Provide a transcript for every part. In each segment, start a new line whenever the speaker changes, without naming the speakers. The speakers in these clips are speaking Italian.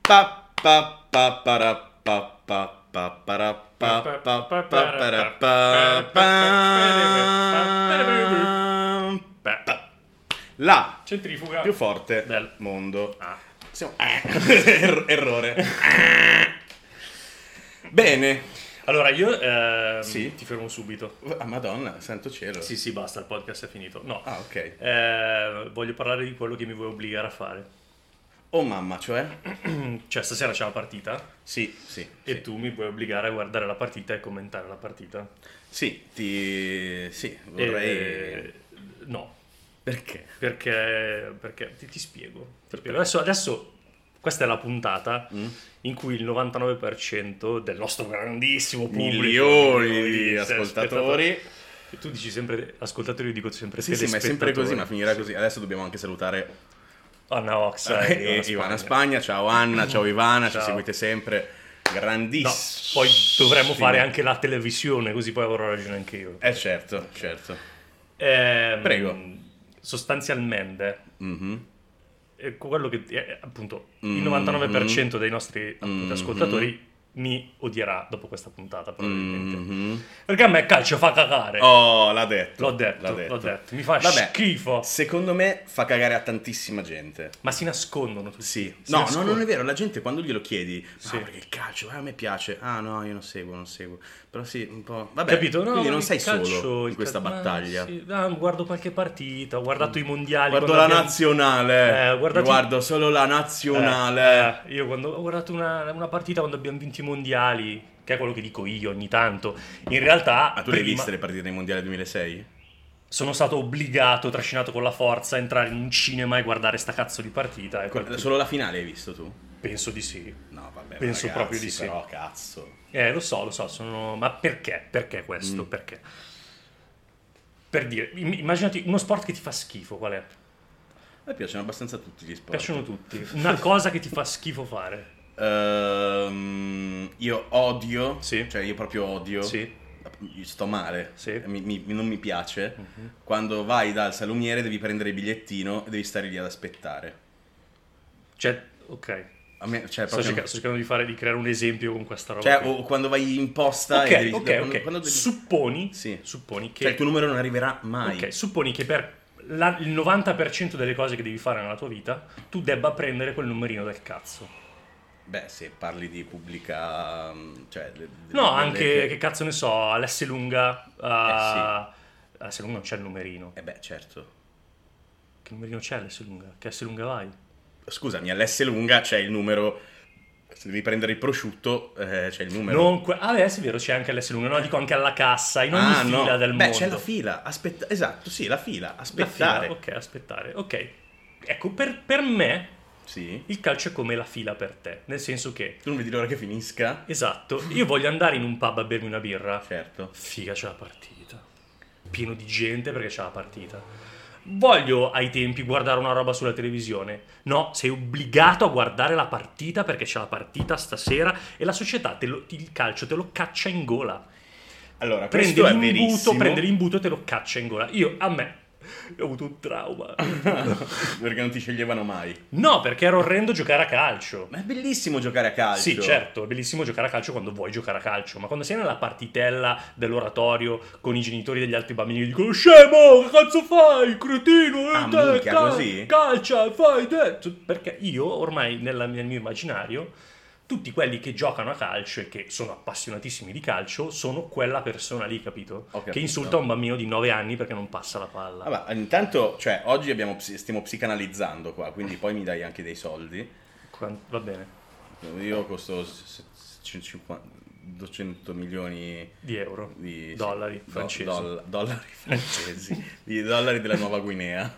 Pa, pa, pa, para, pa, pa, pa, para, pa, pa, pa, para, pa, pa.
Beh,
La
centrifuga.
più forte
Bello.
del mondo.
Ah.
Siamo- Er- errore. Bene.
Allora, io ehm,
Sì.
ti fermo subito.
Ah, Madonna, santo cielo.
Sì, sì, basta, il podcast è finito. No,
Ah, ok.
Eh, voglio parlare di quello che mi vuoi obbligare a fare.
Oh mamma, cioè?
Cioè, stasera c'è la partita
Sì, sì.
e tu mi vuoi obbligare a guardare la partita e commentare la partita.
Sì, ti... Sì, vorrei...
Eh, no,
Perché?
perché, perché ti, ti spiego. ti spiego. Adesso, adesso questa è la puntata
Mm.
in cui il 99% del nostro grandissimo pubblico
Milioni di
milioni spettatori-
ascoltatori.
E tu dici sempre ascoltatori, io dico sempre
Sì, sì, ma è sempre
telespettatori.
così, ma finirà così. Adesso dobbiamo anche salutare
Anna Oxa e
eh, Ivana Spagna. Ciao Anna, ciao Ivana, ci
Ciao.
seguite sempre.
No,
Grandissimo.
poi dovremmo fare anche la televisione, così poi avrò ragione anche io.
Eh certo, certo.
Ehm,
Prego.
Sostanzialmente,
Mhm.
eh, quello che eh, appunto il
Mm,
99% dei nostri appunto,
mm,
ascoltatori mi odierà dopo questa puntata, probabilmente.
Mhm.
Perché a me il calcio fa cagare.
Oh, l'ha detto.
L'ho detto,
l'ha
l'ho detto. Mi fa schifo.
Secondo me fa cagare a tantissima gente.
Ma si nascondono tutti.
Sì.
Si
No, no,
nascondono.
non è vero, la gente quando glielo chiedi, ma
Sì.
perché il calcio, ah, a me piace. Ah, no, io non seguo, non seguo. Però sì, un po'. Vabbè,
Capito? No,
quindi non
il
sei
calcio-
solo
il
in questa
cal- ma
battaglia. Mm.
sì, ah, guardo qualche partita, ho guardato i mondiali.
Guardo
quando
la
abbiamo-
nazionale.
Eh, guardati-
Guardo solo la nazionale.
Eh, eh, io quando ho guardato una, una partita quando abbiamo vinto i mondiali, che è quello che dico io ogni tanto, in realtà
Ma Ah, tu le hai
prima
viste le partite dei mondiali 2006?
sono stato obbligato, trascinato con la forza, a entrare in un cinema e guardare sta cazzo di partita. e
Guarda,
quel-
Solo la finale hai visto tu?
Penso di sì.
No, vabbè. ma
Penso
ragazzi,
proprio di sì.
Però cazzo.
Eh, lo so, lo so, sono... ma perché? Perché questo?
Mm.
Perché? Per dire, im- immaginati uno sport che ti fa schifo, qual è?
A me piacciono abbastanza tutti gli sport.
Piacciono tutti. Una cosa che ti fa schifo fare.
Ehm, io odio,
Sì.
cioè io proprio odio,
Sì.
sto male,
Sì.
mi- mi- non mi piace, quando vai dal salumiere devi prendere il bigliettino e devi stare lì ad aspettare.
Cioè, ok.
A me, cioè,
Sto,
proprio-
cerca- sto cercando di, fare, di creare un esempio con questa roba.
cioè,
qui.
o quando vai in posta
ok,
e devi...
ok,
quando-
ok.
quando devi-
Supponi,
Sì.
supponi che,
Cioè il tuo numero non arriverà mai.
ok, supponi che per la- il 90% delle cose che devi fare nella tua vita tu debba prendere quel numerino del cazzo.
Beh, se parli di pubblica... mm, Cioè, le-
No,
le-
anche,
le-
che cazzo ne so, all'S lunga... a- all'S lunga non c'è il numerino.
Eh beh, certo.
Che numerino c'è all'S lunga? Che S lunga vai?
Scusami, all'S lunga c'è il numero... Se devi prendere il prosciutto eh, c'è il numero.
Non que- ah, beh, sì, è vero, c'è anche all'S lunga. No, dico anche alla cassa, in ogni
Ah, no.
fila del
Beh,
mondo.
c'è la fila, aspetta, esatto, sì, la fila,
La fila,
aspettare.
ok, aspettare. Ok. Ecco, per, per me
Sì.
il calcio è come la fila per te. Nel senso che,
Tu non vedi l'ora che finisca?
esatto, io voglio andare in un pub a bermi una birra.
Certo.
Figa, c'è la partita. Pieno di gente perché c'è la partita. Voglio ai tempi guardare una roba sulla televisione. No, sei obbligato a guardare la partita perché c'è la partita stasera e la società, te lo- il calcio te lo caccia in gola.
Allora,
prende
questo è
l'imbuto,
verissimo.
prende l'imbuto e te lo caccia in gola. Io, a me, ho avuto un trauma.
perché non ti sceglievano mai.
No, perché era orrendo giocare a calcio.
Ma è bellissimo giocare a calcio.
Sì, certo, è bellissimo giocare a calcio quando vuoi giocare a calcio, ma quando sei nella partitella dell'oratorio con i genitori degli altri bambini che dicono scemo, che cazzo fai, cretino, eh,
Ah,
te,
minchia, così?
calcia, fai te. Tu- Perché io ormai nella- nel mio immaginario, tutti quelli che giocano a calcio e che sono appassionatissimi di calcio sono quella persona lì, capito?
Ho capito.
Che insulta un bambino di 9 anni perché non passa la palla.
Vabbè, intanto, cioè, oggi abbiamo psi- stiamo psicanalizzando qua, quindi poi mi dai anche dei soldi.
Quan- Va bene,
Io costo s- s- cin- cinquan- 200 milioni
di euro,
di
dollari,
do-
francesi.
doll- dollari francesi, di dollari della Nuova Guinea.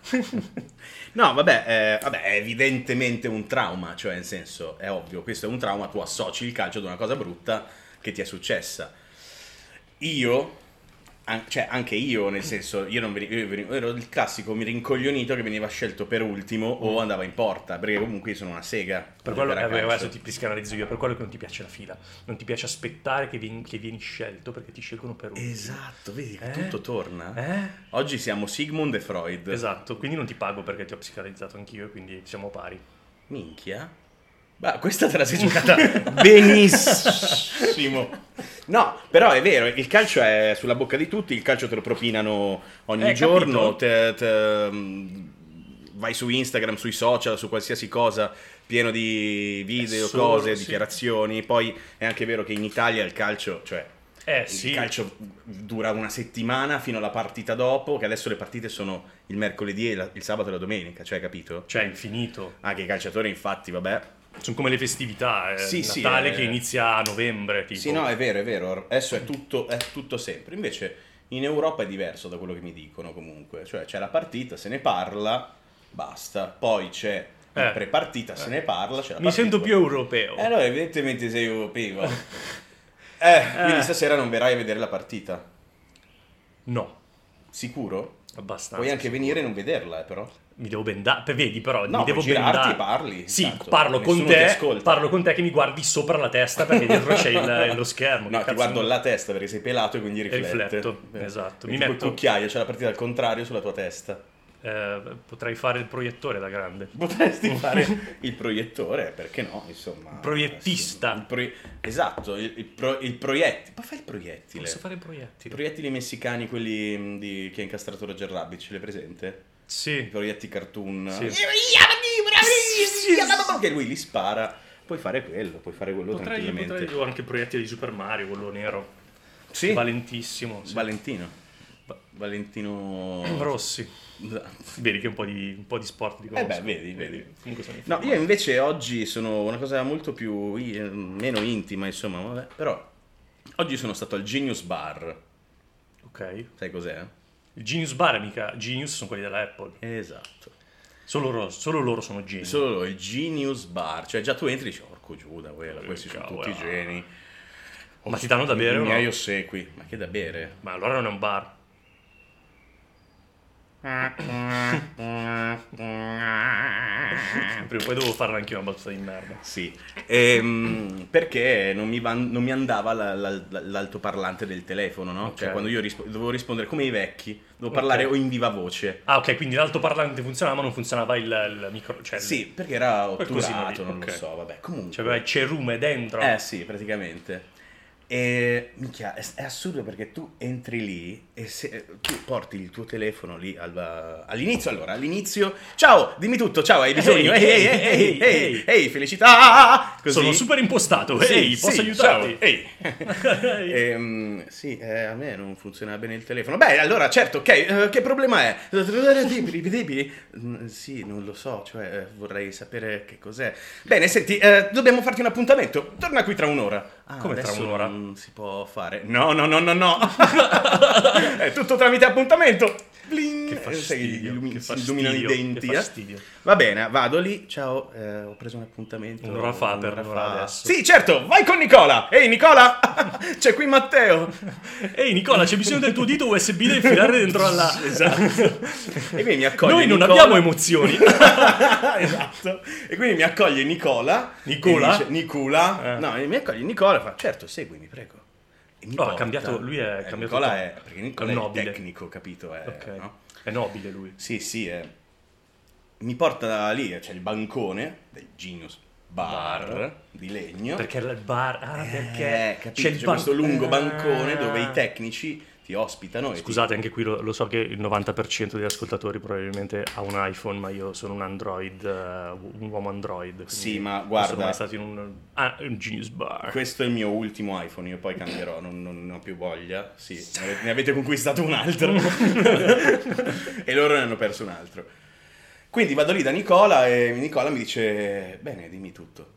no, vabbè, eh, vabbè, è evidentemente un trauma, cioè nel senso, è ovvio, questo è un trauma, tu associ il calcio ad una cosa brutta che ti è successa. Io, an- cioè anche io, nel senso, io, non veni- io veni- ero il classico mi rincoglionito che veniva scelto per ultimo o andava in porta, perché comunque io sono una sega.
Mm. Per quello
giocare a
eh, beh,
calcio.
adesso ti psicanalizzo io, per quello che non ti piace la fila, non ti piace aspettare che vieni, che vieni scelto perché ti scelgono per ultimo.
Esatto, vedi che
Eh?
tutto torna.
Eh?
Oggi siamo Sigmund e Freud.
Esatto, quindi non ti pago perché ti ho psicanalizzato anch'io e quindi siamo pari.
Minchia. Ma questa te la sei giocata benissimo. No, però è vero, il calcio è sulla bocca di tutti, il calcio te lo propinano ogni
Eh,
giorno,
capito.
te- te- mh, vai su Instagram, sui social, su qualsiasi cosa, pieno di video,
È solo,
cose,
sì.
dichiarazioni. Poi è anche vero che in Italia il calcio, cioè
Eh
il
sì.
calcio dura una settimana fino alla partita dopo, che adesso le partite sono il mercoledì, e la- il sabato e la domenica, cioè capito?
Cioè, infinito.
Anche i calciatori infatti, vabbè,
Sono come le festività. Eh.
Sì, sì,
Natale
eh.
che inizia a novembre. Tipo.
Sì, no, eh, è vero, è vero. Adesso è tutto, è tutto sempre. Invece in Europa è diverso da quello che mi dicono comunque. Cioè c'è la partita, se ne parla, basta. Poi c'è la
Eh.
prepartita, se ne parla. C'è cioè, la
Mi sento più
partita.
europeo.
Eh no, evidentemente sei europeo. eh, quindi
Eh.
stasera non verrai a vedere la partita.
No,
Sicuro?
abbastanza.
Puoi anche
Ah, sicuro.
venire e non vederla, eh, però.
Mi devo bendare, vedi però,
No,
mi devo
puoi girarti
bendare.
e parli,
Sì,
intanto.
parlo con,
Nessuno ti
te,
ascolta.
parlo con te che mi guardi sopra la testa perché dietro c'è il- lo schermo.
No,
che
ti
cazzo
guardo
ne-
la testa perché sei pelato e quindi riflette.
Rifletto,
Eh.
esatto.
È
Mi
tipo
metto-
il cucchiaio, c'è la partita al contrario sulla tua testa.
Eh, potrei fare il proiettore da grande.
Potresti fare il proiettore, perché no? Insomma,
Proiettista.
Il proie- esatto, il, il pro- il proiettile. Ma fai il proiettile.
Posso fare il
I
proiettile?
proiettili messicani, quelli mh, di- che ha incastrato Roger Rabbit, ce li hai presente? I
sì.
proiettili cartoon.
Sì.
Che lui li spara. Puoi fare quello, puoi fare quello
Potrei,
tranquillamente.
potrei o anche il proiettile di Super Mario, quello nero.
Sì.
Valentissimo. sì.
Valentino.
Va-
Valentino
Rossi.
Esatto.
Vedi che un po' di, un po' di sport di
Eh beh, vedi, vedi.
Comunque sono
No, io invece oggi sono una cosa molto più eh, meno intima, insomma, vabbè. Però oggi sono stato al Genius Bar.
Ok.
Sai cos'è?
Il Genius Bar, mica. Genius sono quelli della Apple.
Esatto.
Solo loro, solo loro sono genius.
Solo il Genius Bar, cioè già tu entri e dici "Orco Giuda, quella, questi sono
Eh, cavolo. Oh,
tutti geni".
Ma ti danno da bere
I
o no?
miei ossequi. Ma che da bere?
Ma allora non è un bar. Prima o poi devo farla anche io una battuta di merda.
Sì, Ehm, perché non mi, van- non mi andava la- la- la- l'altoparlante del telefono, no? Cioè
Ok.
quando io rispo- dovevo rispondere come i vecchi, dovevo parlare
Ok.
o in viva voce.
Ah, ok, quindi l'altoparlante funzionava, ma non funzionava il, il micro. Cioè,
Sì, perché era
Qualcosina
otturato,
lì,
non
ok.
lo so, vabbè, comunque.
Cioè, aveva il cerume dentro.
Eh sì, praticamente. E minchia, è, è assurdo perché tu entri lì e se- eh, tu porti il tuo telefono lì al- all'inizio. Allora, all'inizio, ciao, dimmi tutto, ciao, hai bisogno. Ehi, ehi,
Ehi, ehi,
ehi, ehi,
ehi,
ehi,
ehi.
felicità! ah, Così.
Sono super impostato.
Sì,
Ehi,
sì, certo.
posso aiutarti?
ciao, ehi. Ehm, sì, eh, a me non funziona bene il telefono. Beh, allora, certo, ok, eh, che problema è? Mm, Sì, non lo so, cioè eh, vorrei sapere che cos'è. Bene, senti, eh, dobbiamo farti un appuntamento. Torna qui tra un'ora. Ah,
Come tra
adesso
un'ora?
Non si può fare. No, no, no, no, no. è tutto tramite appuntamento. Bling.
Che
Eh, sai,
fastidio,
illumi-
che
si illuminano i
fastidio,
denti.
che
eh.
fastidio.
Va bene, vado lì. Ciao, eh, ho preso un appuntamento.
Un'ora fa per un'ora adesso.
Sì, certo, vai con Nicola. Ehi, Nicola, c'è qui Matteo.
Ehi, Nicola, c'è bisogno del tuo dito USB da infilare dentro alla.
Esatto. E quindi mi accoglie
Noi non
Nicola.
abbiamo emozioni.
esatto. E quindi mi accoglie Nicola.
Nicola?
e dice, Nicola.
Eh.
No, e mi accoglie Nicola e fa, certo, seguimi, prego. E mi
No, ha
porta.
cambiato- lui Oh, è
Eh,
cambiato
Nicola
tutto.
è, perché Nicola è,
È
il
nobile.
tecnico, capito? È,
Ok.
no?
È nobile lui.
Sì, sì, eh. mi porta lì, c'è il bancone del Genius Bar,
Bar.
di legno.
Perché era il bar. Ah,
Eh,
perché
capito? C'è,
ban-
questo lungo bancone
Ah.
dove i tecnici ti ospitano. e ti-
Scusate, anche qui lo, lo so che il 90% degli ascoltatori probabilmente ha un iPhone, ma io sono un Android, eh, un uomo Android. quindi
Sì, ma
non
guarda-
Sono mai stato in un, ah, un Genius Bar.
Questo è il mio ultimo iPhone, io poi cambierò, non, non- non ho più voglia. Sì, ne avete- ne avete conquistato un altro. e loro ne hanno perso un altro. Quindi vado lì da Nicola e Nicola mi dice, bene, dimmi tutto.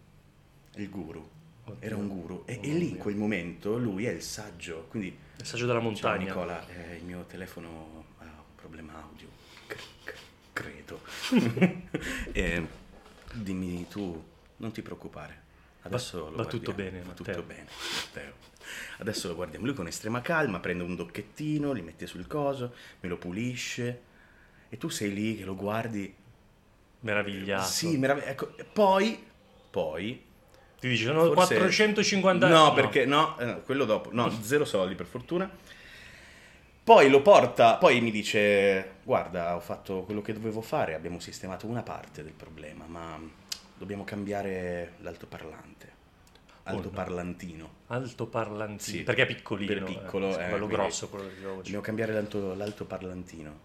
Il guru.
Oddio. Oh,
Era un guru. E, e
Mamma
lì in
mia.
quel momento lui è il saggio. Quindi,
Il saggio della
ciao
montagna.
Nicola, eh, il mio telefono ha un problema audio. C- c- credo. Eh, dimmi tu, non ti preoccupare. Adesso
Va-
lo
va
guardiamo,
tutto bene,
va
Matteo.
tutto bene, Matteo. Adesso lo guardiamo. Lui con estrema calma prende un docchettino, li mette sul coso, me lo pulisce. E tu sei lì che lo guardi.
Meravigliato.
Sì, meraviglia. Ecco, e poi, poi
Ti dice, sono
Forse-
450
No, perché no, eh, no, quello dopo. No, zero soldi per fortuna. Poi lo porta, poi mi dice: Guarda, ho fatto quello che dovevo fare, abbiamo sistemato una parte del problema, ma Dobbiamo cambiare l'altoparlante.
Oh,
Altoparlantino.
Altoparlantino.
Sì.
Perché è piccolino.
Per piccolo,
eh,
eh,
quello
quindi-
grosso, quello di voce.
Dobbiamo cambiare l'alto- l'altoparlantino.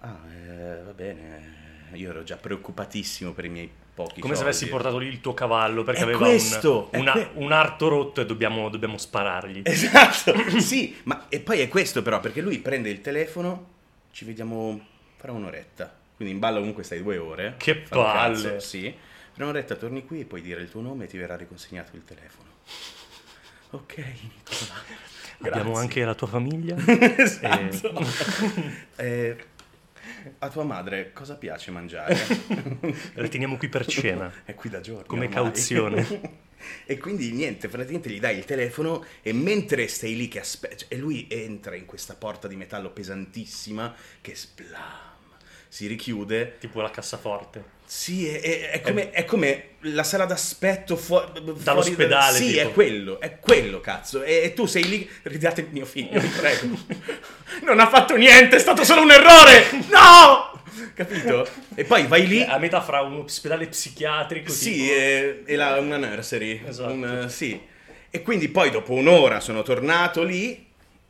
Ah, eh, va bene. Io ero già preoccupatissimo per i miei pochi
Come se
soldi.
avessi portato lì il tuo cavallo perché
È
aveva
questo, è
un, una-
que-
un arto rotto e dobbiamo, dobbiamo sparargli.
Esatto, sì, ma e poi è questo però, perché lui prende il telefono, ci vediamo fra un'oretta, quindi in ballo comunque stai due ore.
Che
Fa un
palle.
cazzo, Sì, fra un'oretta torni qui e puoi dire il tuo nome e ti verrà riconsegnato il telefono. Ok, Nicola.
Abbiamo anche la tua famiglia.
Grazie. Esatto. Eh, a tua madre cosa piace mangiare?
La teniamo qui per cena.
È qui da giorni.
Come
ormai.
cauzione.
e quindi niente, praticamente gli dai il telefono e mentre stai lì che aspetti, e lui entra in questa porta di metallo pesantissima che splam, si richiude.
tipo la cassaforte.
Sì, è, è- è come, è come la sala d'aspetto fuo- fuori
Dall'ospedale,
Sì,
tipo.
è quello, è quello, cazzo. E, e tu sei lì, ridate mio figlio, vi prego. non ha fatto niente, è stato solo un errore. No! Capito? E poi vai lì
Cioè, A metà fra un ospedale psichiatrico.
sì, eh,
tipo-
è, è la- una nursery.
Esatto.
un, eh, sì. E quindi poi dopo un'ora sono tornato lì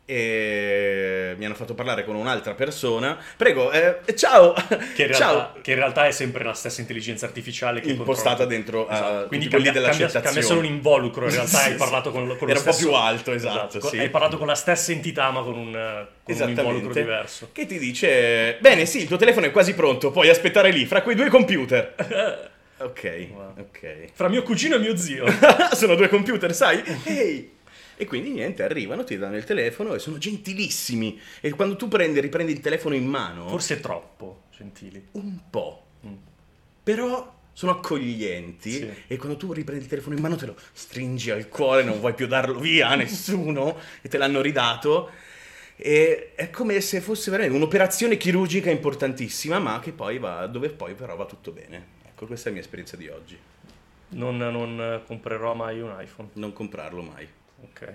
e mi hanno fatto parlare con un'altra persona. Prego, eh, ciao!
Che in,
ciao!
realtà, che in realtà è sempre la stessa intelligenza artificiale che
Impostata
controlla-
dentro a tutti
Esatto. Quindi
quelli
cambia,
della
cambia,
accettazione.
cambia solo un involucro. In realtà
Sì,
hai
sì.
parlato con, con
Era
lo
un po'
stesso-
più alto, esatto, sì.
Hai parlato con la stessa entità, ma con un, eh, con un involucro diverso.
Che ti dice: Bene, sì, il tuo telefono è quasi pronto, puoi aspettare lì, fra quei due computer. ok,
Wow.
ok.
Fra mio cugino e mio zio.
sono due computer, sai? Ehi! E quindi niente, arrivano, ti danno il telefono e sono gentilissimi. E quando tu prendi, riprendi il telefono in mano,
Forse troppo, gentili.
un po',
Mm.
però sono accoglienti
Sì.
e quando tu riprendi il telefono in mano te lo stringi al cuore, non vuoi più darlo via a nessuno e te l'hanno ridato. E è come se fosse veramente un'operazione chirurgica importantissima, ma che poi va, dove poi però va tutto bene. Ecco, questa è la mia esperienza di oggi.
Non, non, eh, comprerò mai un iPhone.
Non comprarlo mai.
Ok.